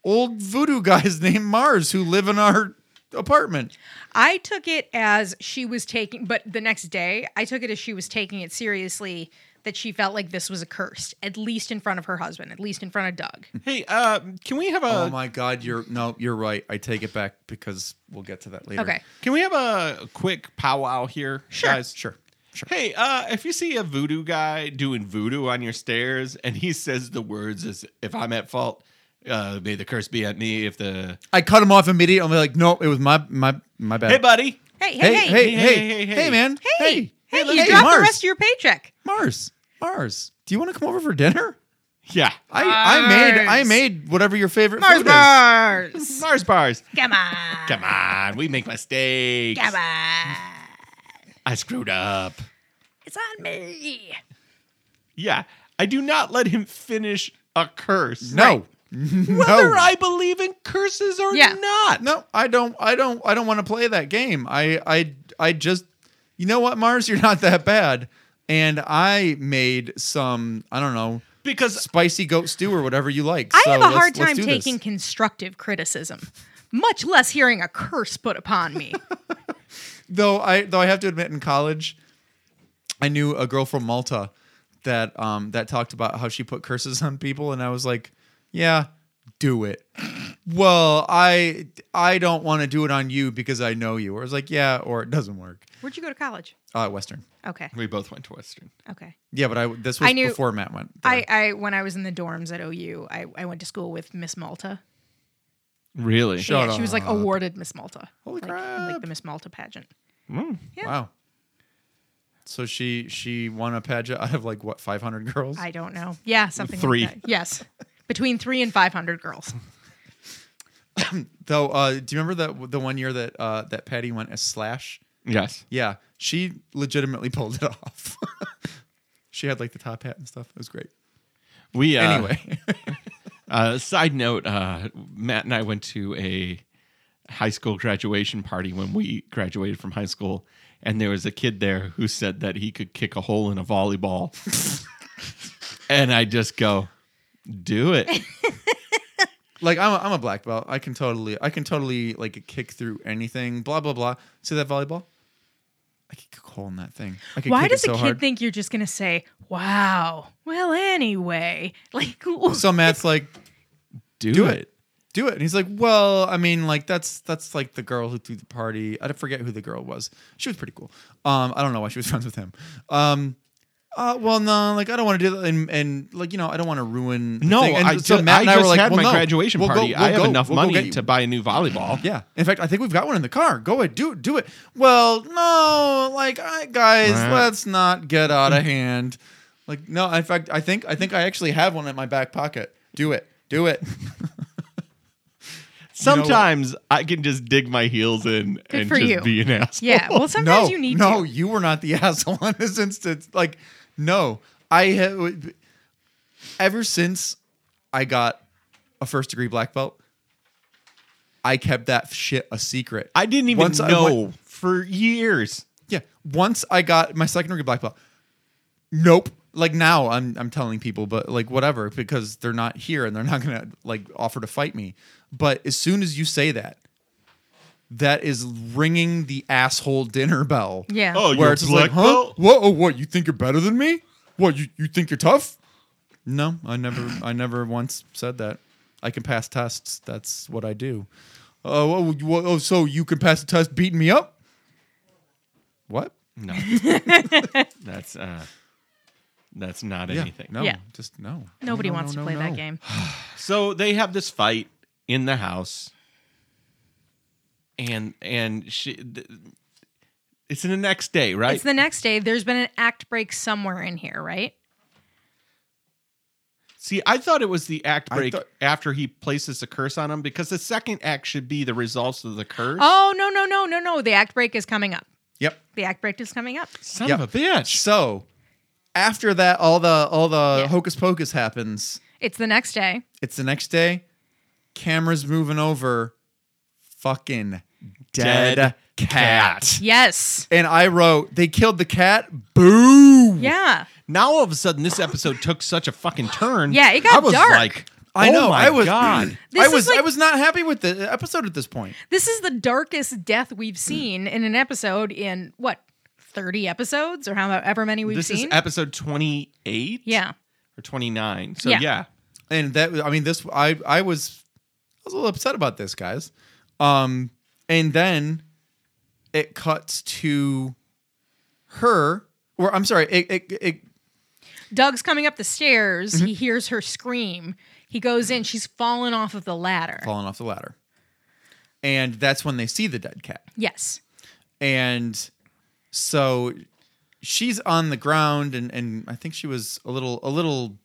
old voodoo guys (laughs) named Mars who live in our apartment.
I took it as she was taking, but the next day I took it as she was taking it seriously that she felt like this was accursed, at least in front of her husband, at least in front of Doug.
hey, uh, can we have a
oh my God, you're no, you're right. I take it back because we'll get to that later.
Okay.
Can we have a quick powwow here,
Sure.
guys?
Sure. Sure.
Hey, uh, if you see a voodoo guy doing voodoo on your stairs and he says the words as if I'm at fault, uh, may the curse be at me if the
I cut him off immediately. I'm like, no, it was my my my bad.
Hey buddy.
Hey, hey,
hey,
hey,
hey, hey,
hey, hey,
hey,
hey.
man.
hey, hey, you
let's-
dropped
Mars,
the rest of your paycheck.
Mars, Mars. Do you want to come over for dinner?
Yeah.
I, I made I
Mars.
made whatever your favorite
Mars
food
bars.
Mars bars.
Come on.
Come on, we make mistakes.
Come on.
I screwed up.
It's on me.
Yeah. I do not let him finish a curse.
is. No,
Whether
(laughs) no,
I believe in curses or
Yeah.
not.
no. I don't. I don't. I don't want to play that game. I I I just. You know what, Mars? You're not that bad. And I made some. I don't know.
Because
Spicy goat stew or whatever you like.
I
So
have a
let's-
hard
let's
time
do this.
taking constructive criticism, much less hearing a curse put upon (laughs) me.
though I though I have to admit in college, I knew a girl from Malta that um that talked about how she put curses on people, and I was like, yeah, do it. well, I I don't want to do it on you because I know you. Or I was like, yeah, or it doesn't work.
Where'd you go to college?
Uh, Western.
Okay.
we both went to Western.
Okay.
Yeah, but I this was
I knew-
before Matt went. there.
I, I when I was in the dorms at OU, I, I went to school with Miss Malta.
Really?
yeah, she was like awarded Miss Malta.
Holy
like, in, Like
crap.
the Miss Malta pageant. yeah.
wow. So she she won a pageant (laughs) out of like what five hundred girls.
I don't know. Yeah, something
Three.
like that. Yes. Between three and five hundred girls.
Though, uh, do you remember that the one year that uh, that Patty went as Slash?
Yes.
Yeah, she legitimately (laughs) pulled it off. she had like the top hat and stuff. It was great.
We uh,
Anyway, (laughs)
Uh, side note: uh, Matt and I went to a high school graduation party when we graduated from high school, and there was a kid there who said that he could kick a hole in a (laughs) volleyball, and I just go, "Do it!"
like I'm a, I'm a black belt. I can totally I can totally like kick through anything. Blah blah blah. See that volleyball? I could kick a hole in that thing. I could
Why
kick
does
it so
a kid
hard.
think you're just gonna say, Wow, well anyway? (laughs)
(laughs)
Like
so Matt's like,
Do,
Do
it.
it. do it, and he's like, well, I mean, like that's that's like the girl who threw the party. I forget who the girl was. She was pretty cool. Um, I don't know why she was (laughs) friends with him. Um. Uh, well, no, like I don't want to do that, and, and like you know, I don't want to ruin. the
No,
thing. And
I,
so
ju-
Matt and
I
I
just
were like,
had
well,
my
no,
graduation
we'll go-
party. I
we'll
have
go-
enough
we'll go get
money
you.
to buy a new volleyball.
Yeah. In fact, I think we've got one in the car. Go ahead, do do it. Well, no, like I, guys,
Right. Mm.
let's not get out of hand. Like no, in fact, I think I think I actually have one in my back pocket. Do it, do it.
Sometimes I can just dig my heels in and
for
just
you.
be an asshole.
(laughs)
Yeah. Well
Oh, no,
sometimes you need
no,
to
you were not the (laughs) asshole in this instance. Like no, I have. Ever since I got a first degree black belt, I kept that shit a secret.
I didn't even
Once I
know
went-
for years.
Yeah. Once I got my second degree black belt. Nope. Like now I'm I'm telling people, but like whatever, because they're not here and they're not gonna like offer to fight me. But as soon as you say that, that is ringing the asshole dinner bell.
Yeah.
Oh,
Where
you're
it's just
black
like, huh?
belt?
Whoa, oh, what, you think you're better than me? What, you, you think you're tough? No, I never I never once said that. I can pass tests. That's what I do. Oh, oh, you- oh, so you can pass a test beating me up? What?
No, that's uh, that's not anything.
No,
Yeah.
just no.
Nobody
No, no,
wants
no,
to play
no.
that game.
So they have this fight in the house, and and she. th- It's in the next day, right?
It's the next day. There's been an act break somewhere in here, right?
See, I thought it was the act
I
break
thought-
after he places the curse on him because the second act should be the results of the curse.
Oh no, no, no, no, no. The act break is coming up.
Yep.
The act break is coming up.
Son
yeah.
of a bitch!
So after that, all the all the
Yeah.
hocus pocus happens.
It's the next day.
It's the next day. Camera's moving over. Fucking dead,
Dead
cat.
Yes.
And I wrote, they killed the cat. Boo.
Yeah.
Now all of a sudden, this episode took such a fucking turn.
Yeah, it got
I was
dark.
Like,
I
oh
know.
my
I was. (clears throat)
God.
This
I
is
was. I
like-
was not happy with the episode at this point.
This is the darkest death
Hmm.
we've seen in an episode in what, 30 episodes or however many we've
This is
seen?
episode twenty eight.
yeah.
Or twenty nine. So
Yeah.
yeah.
And that. I mean, this. I. I was. I was a little upset about this, guys. Um. And then, it cuts to her. Or I'm sorry. It. It. it
Doug's coming up the stairs.
Mm-hmm.
He hears her scream. He goes in. She's fallen off of the ladder.
falling off the ladder. And that's when they see the dead cat.
Yes.
and so she's on the ground and and I think she was a little a little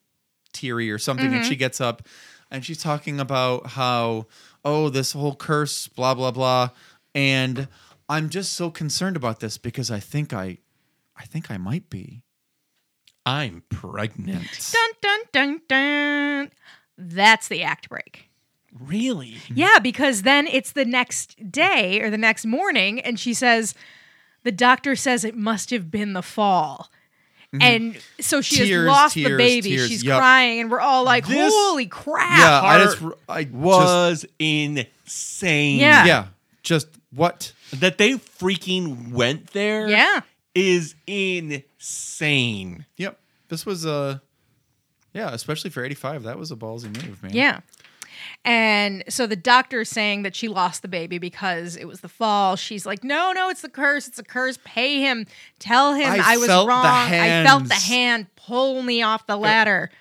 teary or something and she gets up and she's talking about how oh this whole curse blah blah blah and I'm just so concerned about this because I think I I think I might be
I'm pregnant.
Dun dun dun dun. That's the act break.
Really?
Hmm.
Yeah, because then it's the next day or the next morning, and she says, The doctor says it must have been the fall. And so she
Mm-hmm. Tears,
has lost the
tears,
baby.
tears.
She's
Yup.
crying, and we're all like,
This-
Holy crap.
yeah I
Heart
just I was
Was insane.
Yeah.
just, yeah just what
That they freaking went there.
Yeah.
Is insane.
yep this was uh yeah especially for 85 that was a ballsy move man
Yeah. And so the doctor's saying that she lost the baby because it was the fall. She's like, no, no, it's the curse. It's a curse. Pay him. Tell him I,
I
was
felt the
wrong. I felt the
hands." Uh,
hand pull me off the ladder.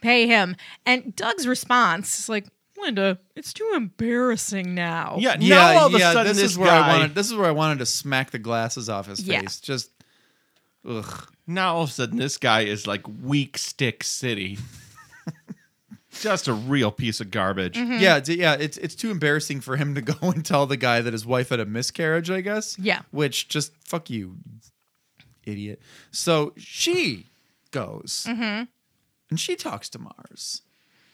Pay him. And Doug's response is like, Linda, it's too embarrassing Oh, now.
Yeah. now all of a sudden, this,
is where
guy,
I wanted. This is where I wanted to smack the glasses off his
Yeah.
face. Just, ugh.
Now all of a sudden, this guy is like weak stick
(laughs)
city. Just a real piece of garbage.
Mm-hmm.
Yeah, it's, yeah. It's it's too embarrassing for him to go (laughs) and tell the guy that his wife had a miscarriage. I guess.
Yeah.
Which just fuck you, idiot. So she goes,
Mm-hmm.
and she talks to Mars.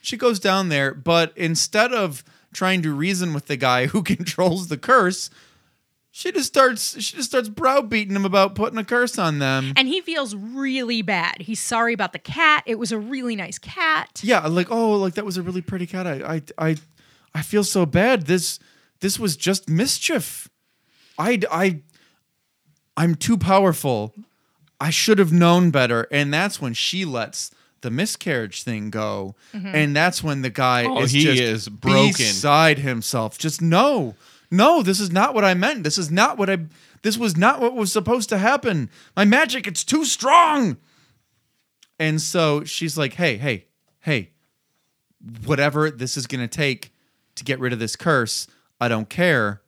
She goes down there, but instead of trying to reason with the guy (laughs) who controls the curse, she just starts she just starts browbeating him about putting a curse on them.
And he feels really bad. He's sorry about the cat. It was a really nice cat.
yeah like oh like that was a really pretty cat i i i, I feel so bad this this was just mischief i i i'm too powerful i should have known better and that's when she lets the miscarriage thing go and that's when the guy
Mm-hmm. Oh,
is
he
just
is broken.
beside himself just no no this is not what i meant this is not what i this was not what was supposed to happen my magic it's too strong and so she's like, hey, hey, hey, whatever this is going to take to get rid of this curse, I don't care.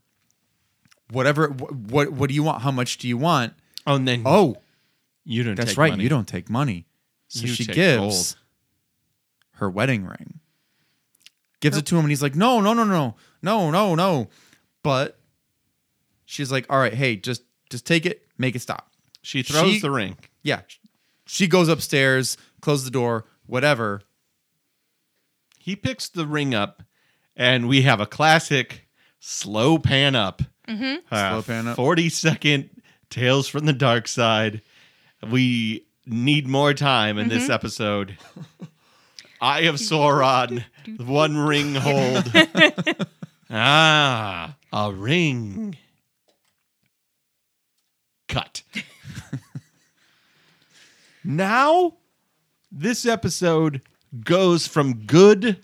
Whatever, wh- what, what do you want? How much do you want?
Oh, and then
Oh,
you don't.
that's
take
right.
money.
You don't take money. So
You
she
take
gives
gold.
her wedding ring, gives
Oh.
it to him, and he's like, no, no, no, no, no, no, no. But she's like, all right, hey, just, just take it, make it stop.
She throws
She-
the ring.
Yeah. She goes upstairs, closes the door, whatever.
He picks the ring up, and we have a classic slow pan up. Mm-hmm.
Slow pan up.
Forty second tales from the dark side. We need more time in this episode. Eye of Sauron, one ring hold. ah, a ring. Cut. now, this episode goes from good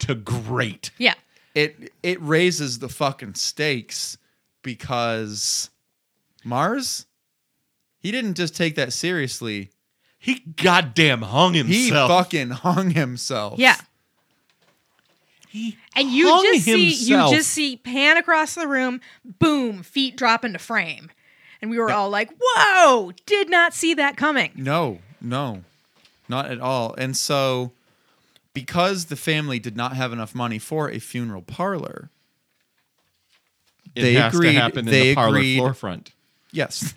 to great.
Yeah.
it it raises the fucking stakes because Mars he didn't just take that seriously.
He goddamn hung
He
himself.
fucking hung himself.
Yeah.
He
And you
hung
just see you
himself.
just see pan across the room, boom, feet drop into frame. And we were all like, "Whoa, did not see that coming."
No, no. Not at all. And so because the family did not have enough money for a funeral parlor,
It
They
has
agreed-
to happen in
they
the parlor
agreed. (laughs)
forefront.
yes,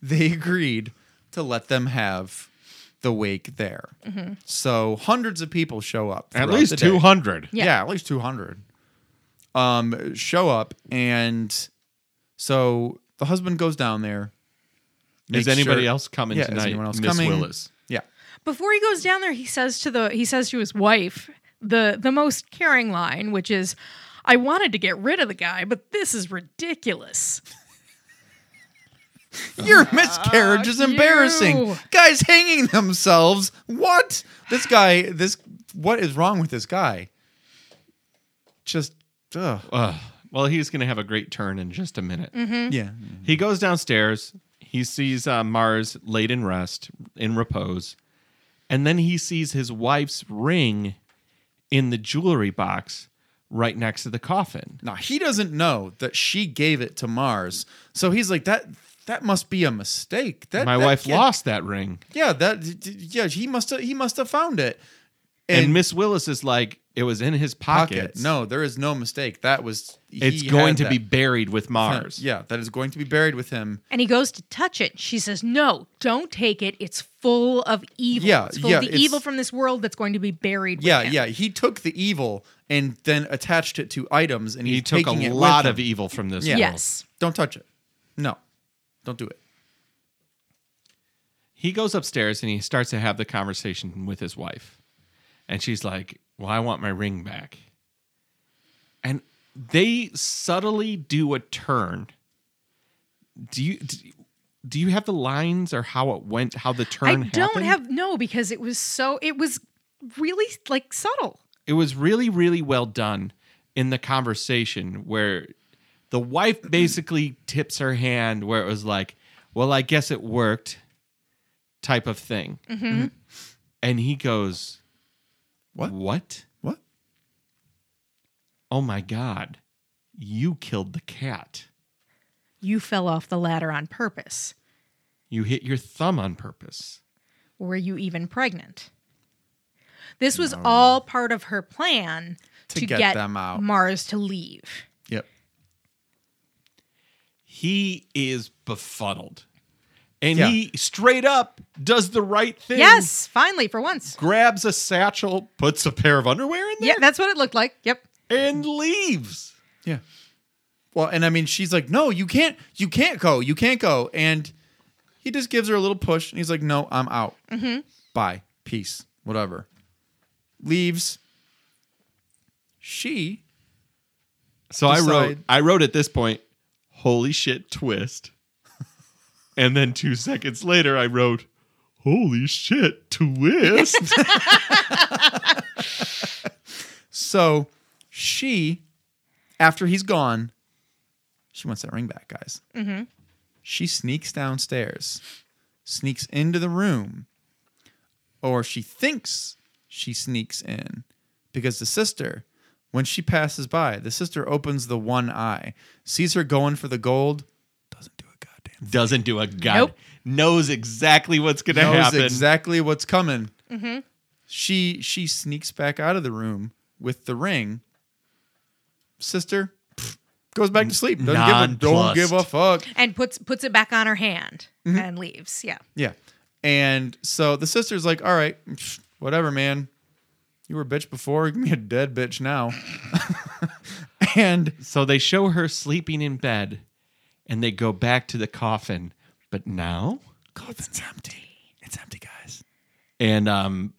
they agreed to let them have the wake there. So hundreds of people show up.
At
throughout the
least
day.
two hundred.
Yeah.
Yeah. at least 200. Um, show up, and so the husband goes down there.
Is
makes
anybody
sure-
else coming
Yeah, is
tonight?
anyone else
Miss
coming?
Willis.
Yeah.
Before he goes down there, he says to the he says to his wife the the most caring line, which is, "I wanted to get rid of the guy, but this is ridiculous."
Your miscarriage is
you.
embarrassing. Guys hanging themselves. What? This guy, this, what is wrong with this guy? Just, ugh.
Ugh. well, he's going to have a great turn in just a minute.
Mm-hmm.
Yeah.
He goes downstairs. He sees uh, Mars laid in rest, in repose, and then he sees his wife's ring in the jewelry box right next to the coffin.
Now he doesn't know that she gave it to Mars. So he's like, that, that must be a mistake. That
My
that
wife
kid-
lost that ring,
Yeah. That, yeah, he must have, he must have found it.
and, Miss Willis is like, "It was in his
pocket.
pocket.
No, there is no mistake. That was he
it's
had
going to
that.
be buried with Mars."
Yeah, that is going to be buried with him.
And he goes to touch it. She says, "No, don't take it. It's full of evil.
Yeah,
it's full
yeah,
of the
it's-
evil from this world that's going to be buried." With
Yeah,
him.
yeah. He took the evil and then attached it to items, and
He
he's
took a
taking it with
lot
him.
of e- evil from this.
Yeah.
world.
Yes.
Don't touch it. No, don't do it.
he goes upstairs and he starts to have the conversation with his wife. And she's like, Well, I want my ring back. And they subtly do a turn. Do you do, do you have the lines or how it went, how the turn
I don't
happened?
have no because it was so it was really like subtle.
it was really really well done in the conversation where the
(clears throat)
wife basically tips her hand where it was like well i guess it worked type of thing
Mm-hmm.
Mm-hmm. and he goes
What?
what
What?
oh my god you killed the cat
You fell off the ladder on purpose.
you hit your thumb on purpose
Were you even pregnant? This was all part of her plan to,
To get them out.
Mars to leave.
Yep.
he is befuddled and
Yeah.
he straight up does the right thing
Yes, finally, for once.
grabs a satchel puts a pair of underwear in there
Yeah, that's what it looked like. Yep.
and leaves
Yeah. Well, and I mean, she's like, "No, you can't. You can't go. You can't go." And he just gives her a little push, and he's like, "No, I'm out.
Mm-hmm.
Bye. Peace. Whatever." Leaves. She
So I wrote
decide-
I wrote at this point, holy shit twist. (laughs) and then two seconds later I wrote, Holy shit twist.
So she, after he's gone, she wants that ring back, guys. Mm-hmm. She sneaks downstairs, sneaks into the room, or she thinks she sneaks in because the sister, when she passes by, the sister opens the one eye, sees her going for the gold, doesn't do a goddamn
Doesn't do a god
Nope.
knows exactly what's gonna
knows
happen.
exactly what's coming.
Mm-hmm.
She she sneaks back out of the room with the ring. Sister pff, goes back to sleep. Doesn't give a, don't
Nonplussed.
give a fuck.
And puts puts it back on her hand
Mm-hmm.
and leaves. Yeah.
Yeah, and so the sister's like, "All right, (sniffs) pff, whatever, man. You were a bitch before. Give me a dead bitch now." (laughs) and
so they show her sleeping in bed and they go back to the coffin. But now
coffin's empty. It's empty, guys.
And um,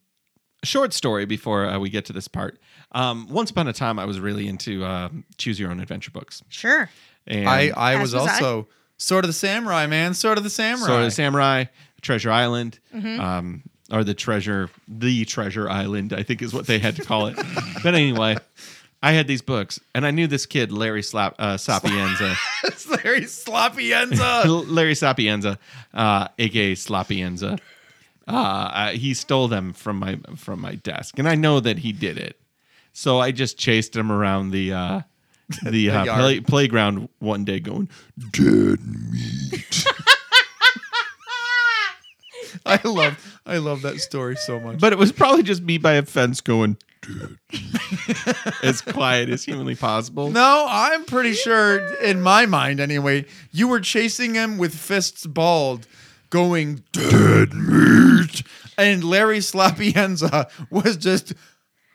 short story before uh, we get to this part. Um, once upon a time, I was really into uh, choose your own adventure books.
Sure.
And
I I
As
was,
was I.
also sort of the samurai man. Sort of the samurai. Mm-hmm.
So the Samurai, Treasure Island, um, or the Treasure, the Treasure Island, I think is what they had to call
(laughs)
it. but anyway, I had these books, and I knew this kid, Larry Slap, uh, Sapienza,
(laughs) It's Larry Sloppy (laughs) Enza.
(laughs) Larry Sapienza, uh, aka Slapienza. Uh, I- he stole them from my from my desk, and I know that he did it. So I just chased him around the uh, the, uh,
yard.
play, playground one day, going,
I love I love that story so much.
But it was probably just me by a fence going (laughs) as quiet as humanly possible.
No, I'm pretty sure, in my mind anyway, you were chasing him with fists balled, going dead meat, and Larry Slapienza (laughs) was just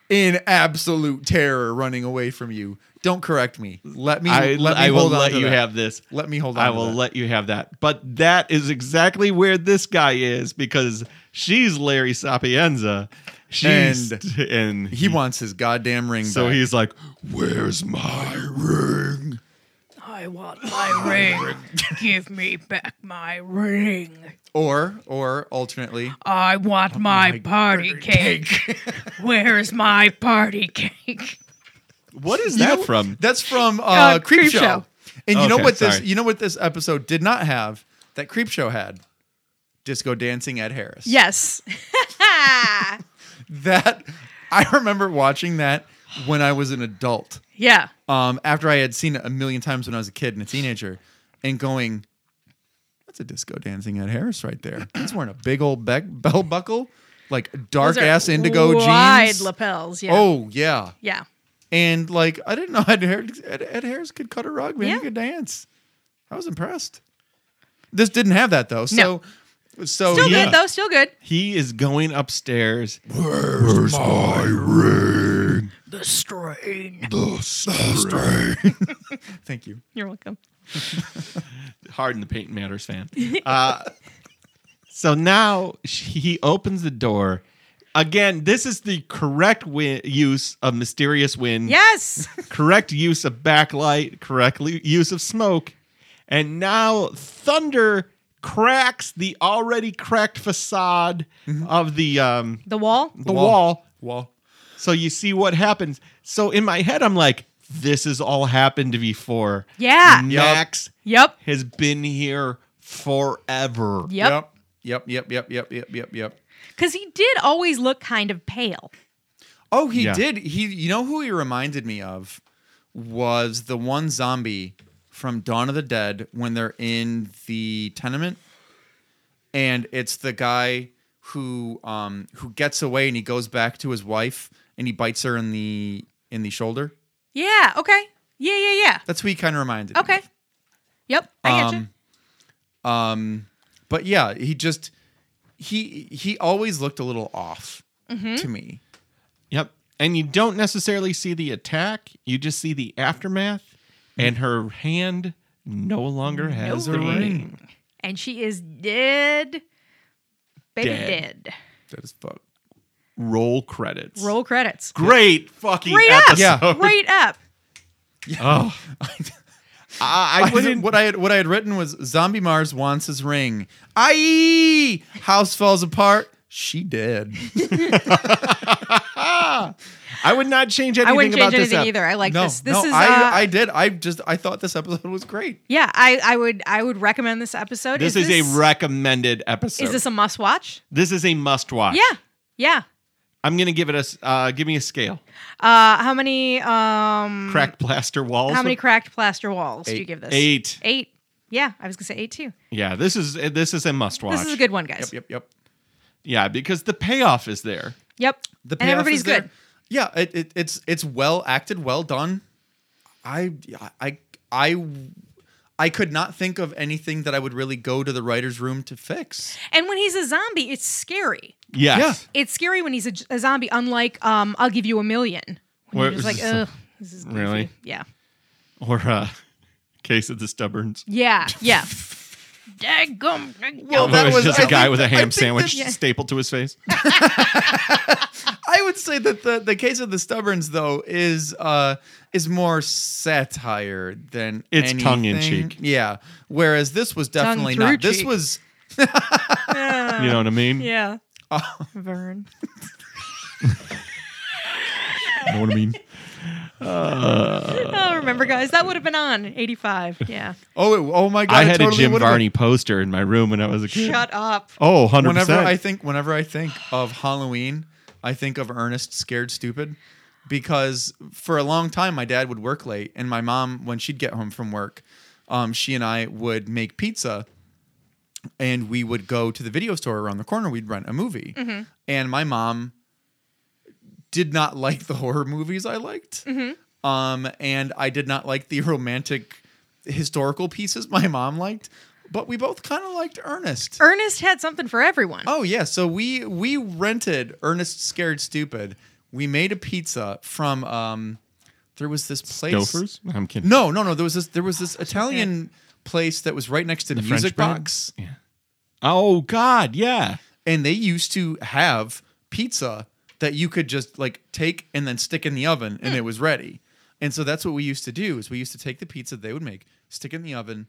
in absolute terror running away from you. Don't correct me. Let me.
I,
let me
I will
hold on
let
to
you
that.
have this.
Let me hold on.
I
to
will
that.
let you have that. But that is exactly where this guy is because she's Larry Sapienza. She's
And
and
He wants his goddamn ring.
so
back.
he's like, "Where's my ring?"
I want my
(laughs)
ring. Give me back my ring.
or or alternately,
I want my, party cake. (laughs) Where is my party cake?
What is
You
that
know-
from?
That's from uh,
Uh,
Creep Show.
Creepshow.
And you know
Okay,
what this?
sorry.
You know what this episode did not have that Creep Show had? Disco dancing Ed Harris.
Yes.
that I remember watching that when I was an adult.
yeah.
Um, after I had seen it a million times when I was a kid and a teenager, and going, "That's a disco dancing Ed Harris right there. He's wearing a big old be- bell buckle, like dark
Those are
ass indigo
wide
jeans.
lapels. Yeah.
Oh yeah,
Yeah.
And like, I didn't know (laughs) Ed Harris, Ed, Ed Harris could cut a rug, man.
Yeah.
He could dance. I was impressed. This didn't have that though. So, so
Still
yeah.
good though. Still good.
He is going upstairs.
The strain.
thank you.
You're welcome.
Hard in the Peyton Matters
(laughs)
fan. Uh, so now sh- he opens the door. Again, this is the correct wi- use of mysterious wind.
Yes.
correct use of backlight, correct lu- use of smoke, and now thunder cracks the already cracked facade of the um
The wall.
the wall.
Well,
So you see what happens. So in my head, I'm like, this has all happened before.
Yeah. Yep.
Max
Yep.
has been here forever.
Yep.
yep, yep, yep, yep, yep, yep, yep.
Because he did always look kind of pale.
Oh, he
Yeah.
did. He, you know who he reminded me of was the one zombie from Dawn of the Dead when they're in the tenement, and it's the guy who um who gets away and he goes back to his wife and he bites her in the in the shoulder.
Yeah. Okay. Yeah. Yeah.
That's who he kind of reminded. me
Yeah. Okay.
of.
Yep. I get you.
um, but yeah, he just he he always looked a little off to me.
Yep. And you don't necessarily see the attack, you just see the aftermath, and her hand no longer has
No
the
ring.
ring.
And she is dead. Baby
Dead.
dead.
That is fuck.
Roll credits.
Roll credits.
Great fucking
Great up.
episode.
Yeah.
Right up.
Oh. I, I
I
wouldn't.
what I had what I had written was Zombie Mars wants his ring. Aye, house falls apart. She dead.
I would not change anything
I wouldn't
about
change anything
this. ep-
either. I like
no,
this. This
no,
is.
I,
uh,
I did. I just I thought this episode was great.
yeah. I, I would. I would recommend this episode.
This is, a recommended episode.
Is this a must watch?
This is a must watch.
Yeah. Yeah.
I'm gonna give it a. s- Uh, give me a scale.
Uh, how many? Um,
Crack plaster walls.
how many cracked plaster walls do you
Eight.
give this?
Eight.
Eight. Yeah, I was gonna say eight too.
Yeah. This is this is a must watch.
This is a good one, guys.
Yep, yep, yep.
Yeah, because the payoff is there.
Yep.
The
and
payoff
everybody's
is there.
good.
Yeah, it, it, it's it's well acted, well done. I I I I could not think of anything that I would really go to the writers' room to fix.
And when he's a zombie, it's scary.
Yes.
It's scary when he's a, j- a zombie. Unlike, um, I'll give you a million. When
Where-
you're just like, ugh, this is goofy.
Really?
Yeah.
Or uh, case of the stubborns.
Yeah. Yeah. Daggum.
Well,
daggum.
that
That was
was-
just
I
a guy
think
with a
that- I
ham
think
sandwich
that-
stapled to his face.
I would say that the, the case of the stubborns though is uh is more satire than
It's tongue-in-cheek.
anything. Yeah, whereas this was definitely
through
not. This
cheek.
was
You know what I mean?
Uh, yeah. Vern.
You know what
(laughs)
I mean?
Oh, remember, guys, that would have been on 85. Yeah.
oh it- oh my god!
I
it
had a
totally
Jim
would've been-
Varney poster in my room when I was a kid.
Shut up.
Oh, 100%.
Whenever I think whenever I think of Halloween, I think of Ernest Scared Stupid because for a long time my dad would work late and my mom when she'd get home from work, um, she and I would make pizza and we would go to the video store around the corner. We'd rent a movie, and my mom did not (laughs) like the horror movies I liked, um, and I did not like the romantic historical pieces my mom liked. But we both kind of liked Ernest.
Ernest had something for everyone.
Oh yeah, so we we rented Ernest Scared Stupid. We made a pizza from um there was this place
Gophers? No, I'm kidding.
No, no, no, there was this there was this Italian place that was right next to
The French
Music
bread?
Box
Yeah. Oh God, yeah.
and they used to have pizza that you could just like take and then stick in the oven and it was ready. And so that's what we used to do is we used to take the pizza they would make, stick it in the oven,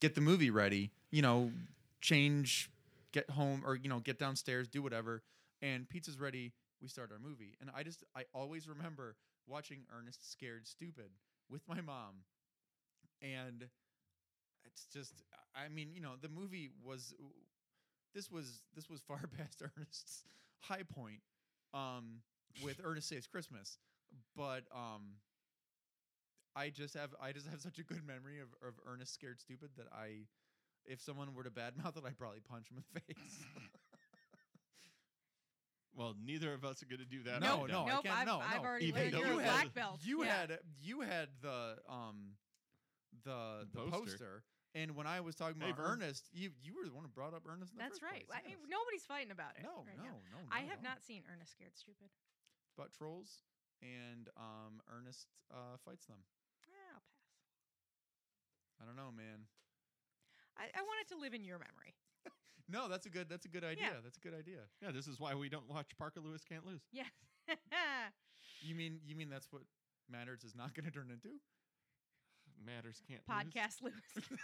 get the movie ready, you know, change, get home or you know, get downstairs, do whatever, and pizza's ready, we start our movie. And I just I always remember watching Ernest Scared Stupid with my mom. And it's just I mean, you know, the movie was this was this was far (laughs) past Ernest's high point um, with
(laughs)
Ernest Saves Christmas, but um, I just have I just have such a good memory of, of Ernest Scared Stupid that I, if someone were to badmouth it, I'd probably punch him in the (laughs) face.
Well, neither of us are gonna do that.
no, no, I
Nope,
can't.
I've-
no,
I've
no.
already
Even learned though you're a
you
you
had,
black
had- belt.
You
Yeah.
had you had the um, the the poster.
Poster.
and when I was talking about
Hey, Vern.
Ernest, you you were the one who brought up Ernest. In the
That's
first
right.
place,
I mean,
yes.
nobody's fighting about it.
No,
right
no,
now.
no,
I
not at
have
all.
not seen Ernest Scared Stupid.
about trolls, and um, Ernest uh, fights them.
Ah, I'll pass.
I don't know, man.
I, I want it to live in your memory. (laughs)
No, that's a good. That's a good idea. That's a good idea.
Yeah, this is why we don't watch Parker Lewis Can't Lose.
Yes.
You mean you mean that's what matters is not going to turn into?
Matters can't
Podcast Lewis.
lose.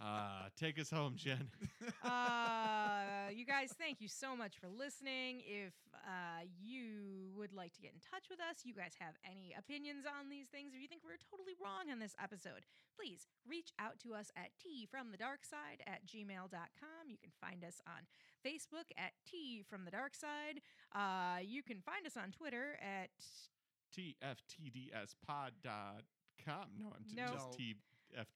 Uh, take us home, Jen. (laughs)
uh, you guys, thank you so much for listening. If uh, you would like to get in touch with us, you guys have any opinions on these things, if you think we're totally wrong on this episode, please reach out to us at tfromthedarkside at gmail.com. You can find us on Facebook at T from the Dark Side. Uh, you can find us on Twitter at
TFTDSpod.com. No, I'm j-
No.
just TFTDS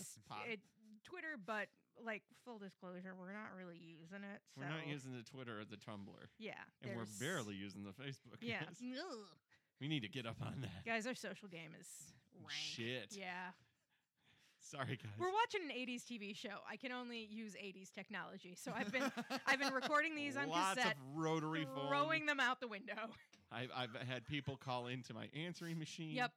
it's
pod.
it, Twitter, but like full disclosure, we're not really using it.
We're not
so-
using the Twitter or the Tumblr,
Yeah,
and we're
there's-
barely using the Facebook.
Yeah,
guys.
Ugh.
(laughs) we need to get up on that.
guys, our social game is rank.
Shit.
Yeah,
Sorry, guys.
we're watching an '80s TV show. I can only use '80s technology, so I've been I've been
(laughs)
recording these on
Lots
cassette,
of rotary phone.
throwing them out the
(laughs)
window.
I've, I've had people call into my answering machine.
yep.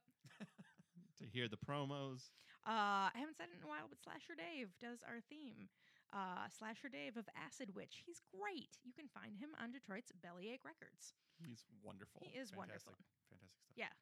To hear the promos.
Uh, I haven't said it in a while, but Slasher Dave does our theme. Uh, Slasher Dave of Acid Witch. He's great. You can find him on Detroit's Bellyache Records.
He's wonderful.
He is wonderful.
Fantastic stuff.
Yeah.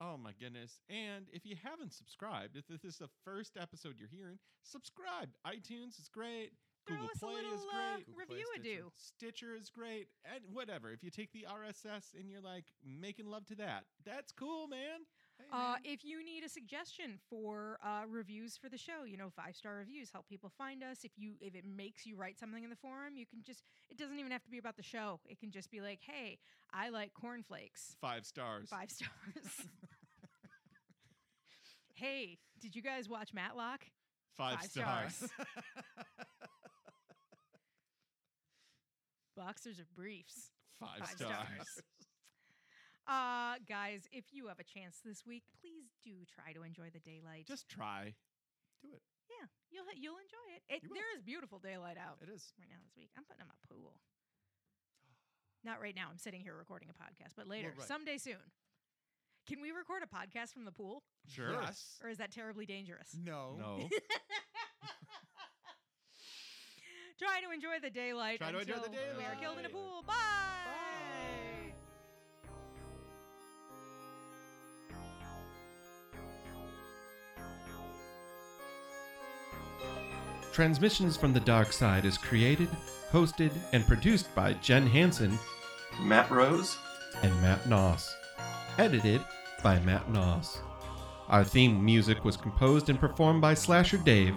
Oh my goodness. And if you haven't subscribed, if this is the first episode you're hearing, subscribe. iTunes is great.
Throw
Google
us
Play
a little
is
uh,
great.
Google Play,
review a
Stitcher.
do.
Stitcher is great. And whatever. If you take the RSS and you're like making love to that, that's cool, man.
Hey,
Uh,
man.
if you need a suggestion for uh, reviews for the show, you know, five star reviews help people find us. If you if it makes you write something in the forum, you can just it doesn't even have to be about the show. It can just be like, hey, I like cornflakes.
Five stars.
Five stars. (laughs) hey, did you guys watch Matlock?
Five
Five stars. (laughs) Boxers or briefs?
(laughs) Five,
Five
stars.
stars.
(laughs)
Uh, guys, if you have a chance this week, please do try to enjoy the daylight.
Just try.
do it.
yeah, you'll you'll enjoy it. it
You will.
there is beautiful daylight out.
It is.
right now this week. I'm putting on my pool. Not right now. I'm sitting here recording a podcast, but later,
right.
someday soon. Can we record a podcast from the pool,
Sure.
Yes.
or is that terribly dangerous?
No.
No.
Try to enjoy the daylight.
Try to enjoy the
until We are killed in a
daylight.
pool. Bye.
Transmissions from the Dark Side is created, hosted, and produced by Jen Hansen
Matt Rose,
and Matt Noss. Edited by Matt Noss. Our theme music was composed and performed by Slasher Dave.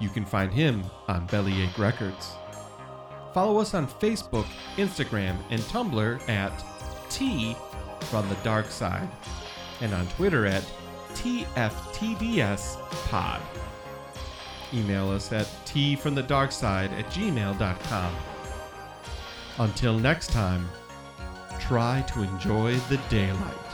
You can find him on Bellyache Records. Follow us on Facebook, Instagram, and Tumblr at T from the Dark Side, and on Twitter at TFTDSPod. Email us at tfromthedarkside at gmail.com. Until next time, try to enjoy the daylight.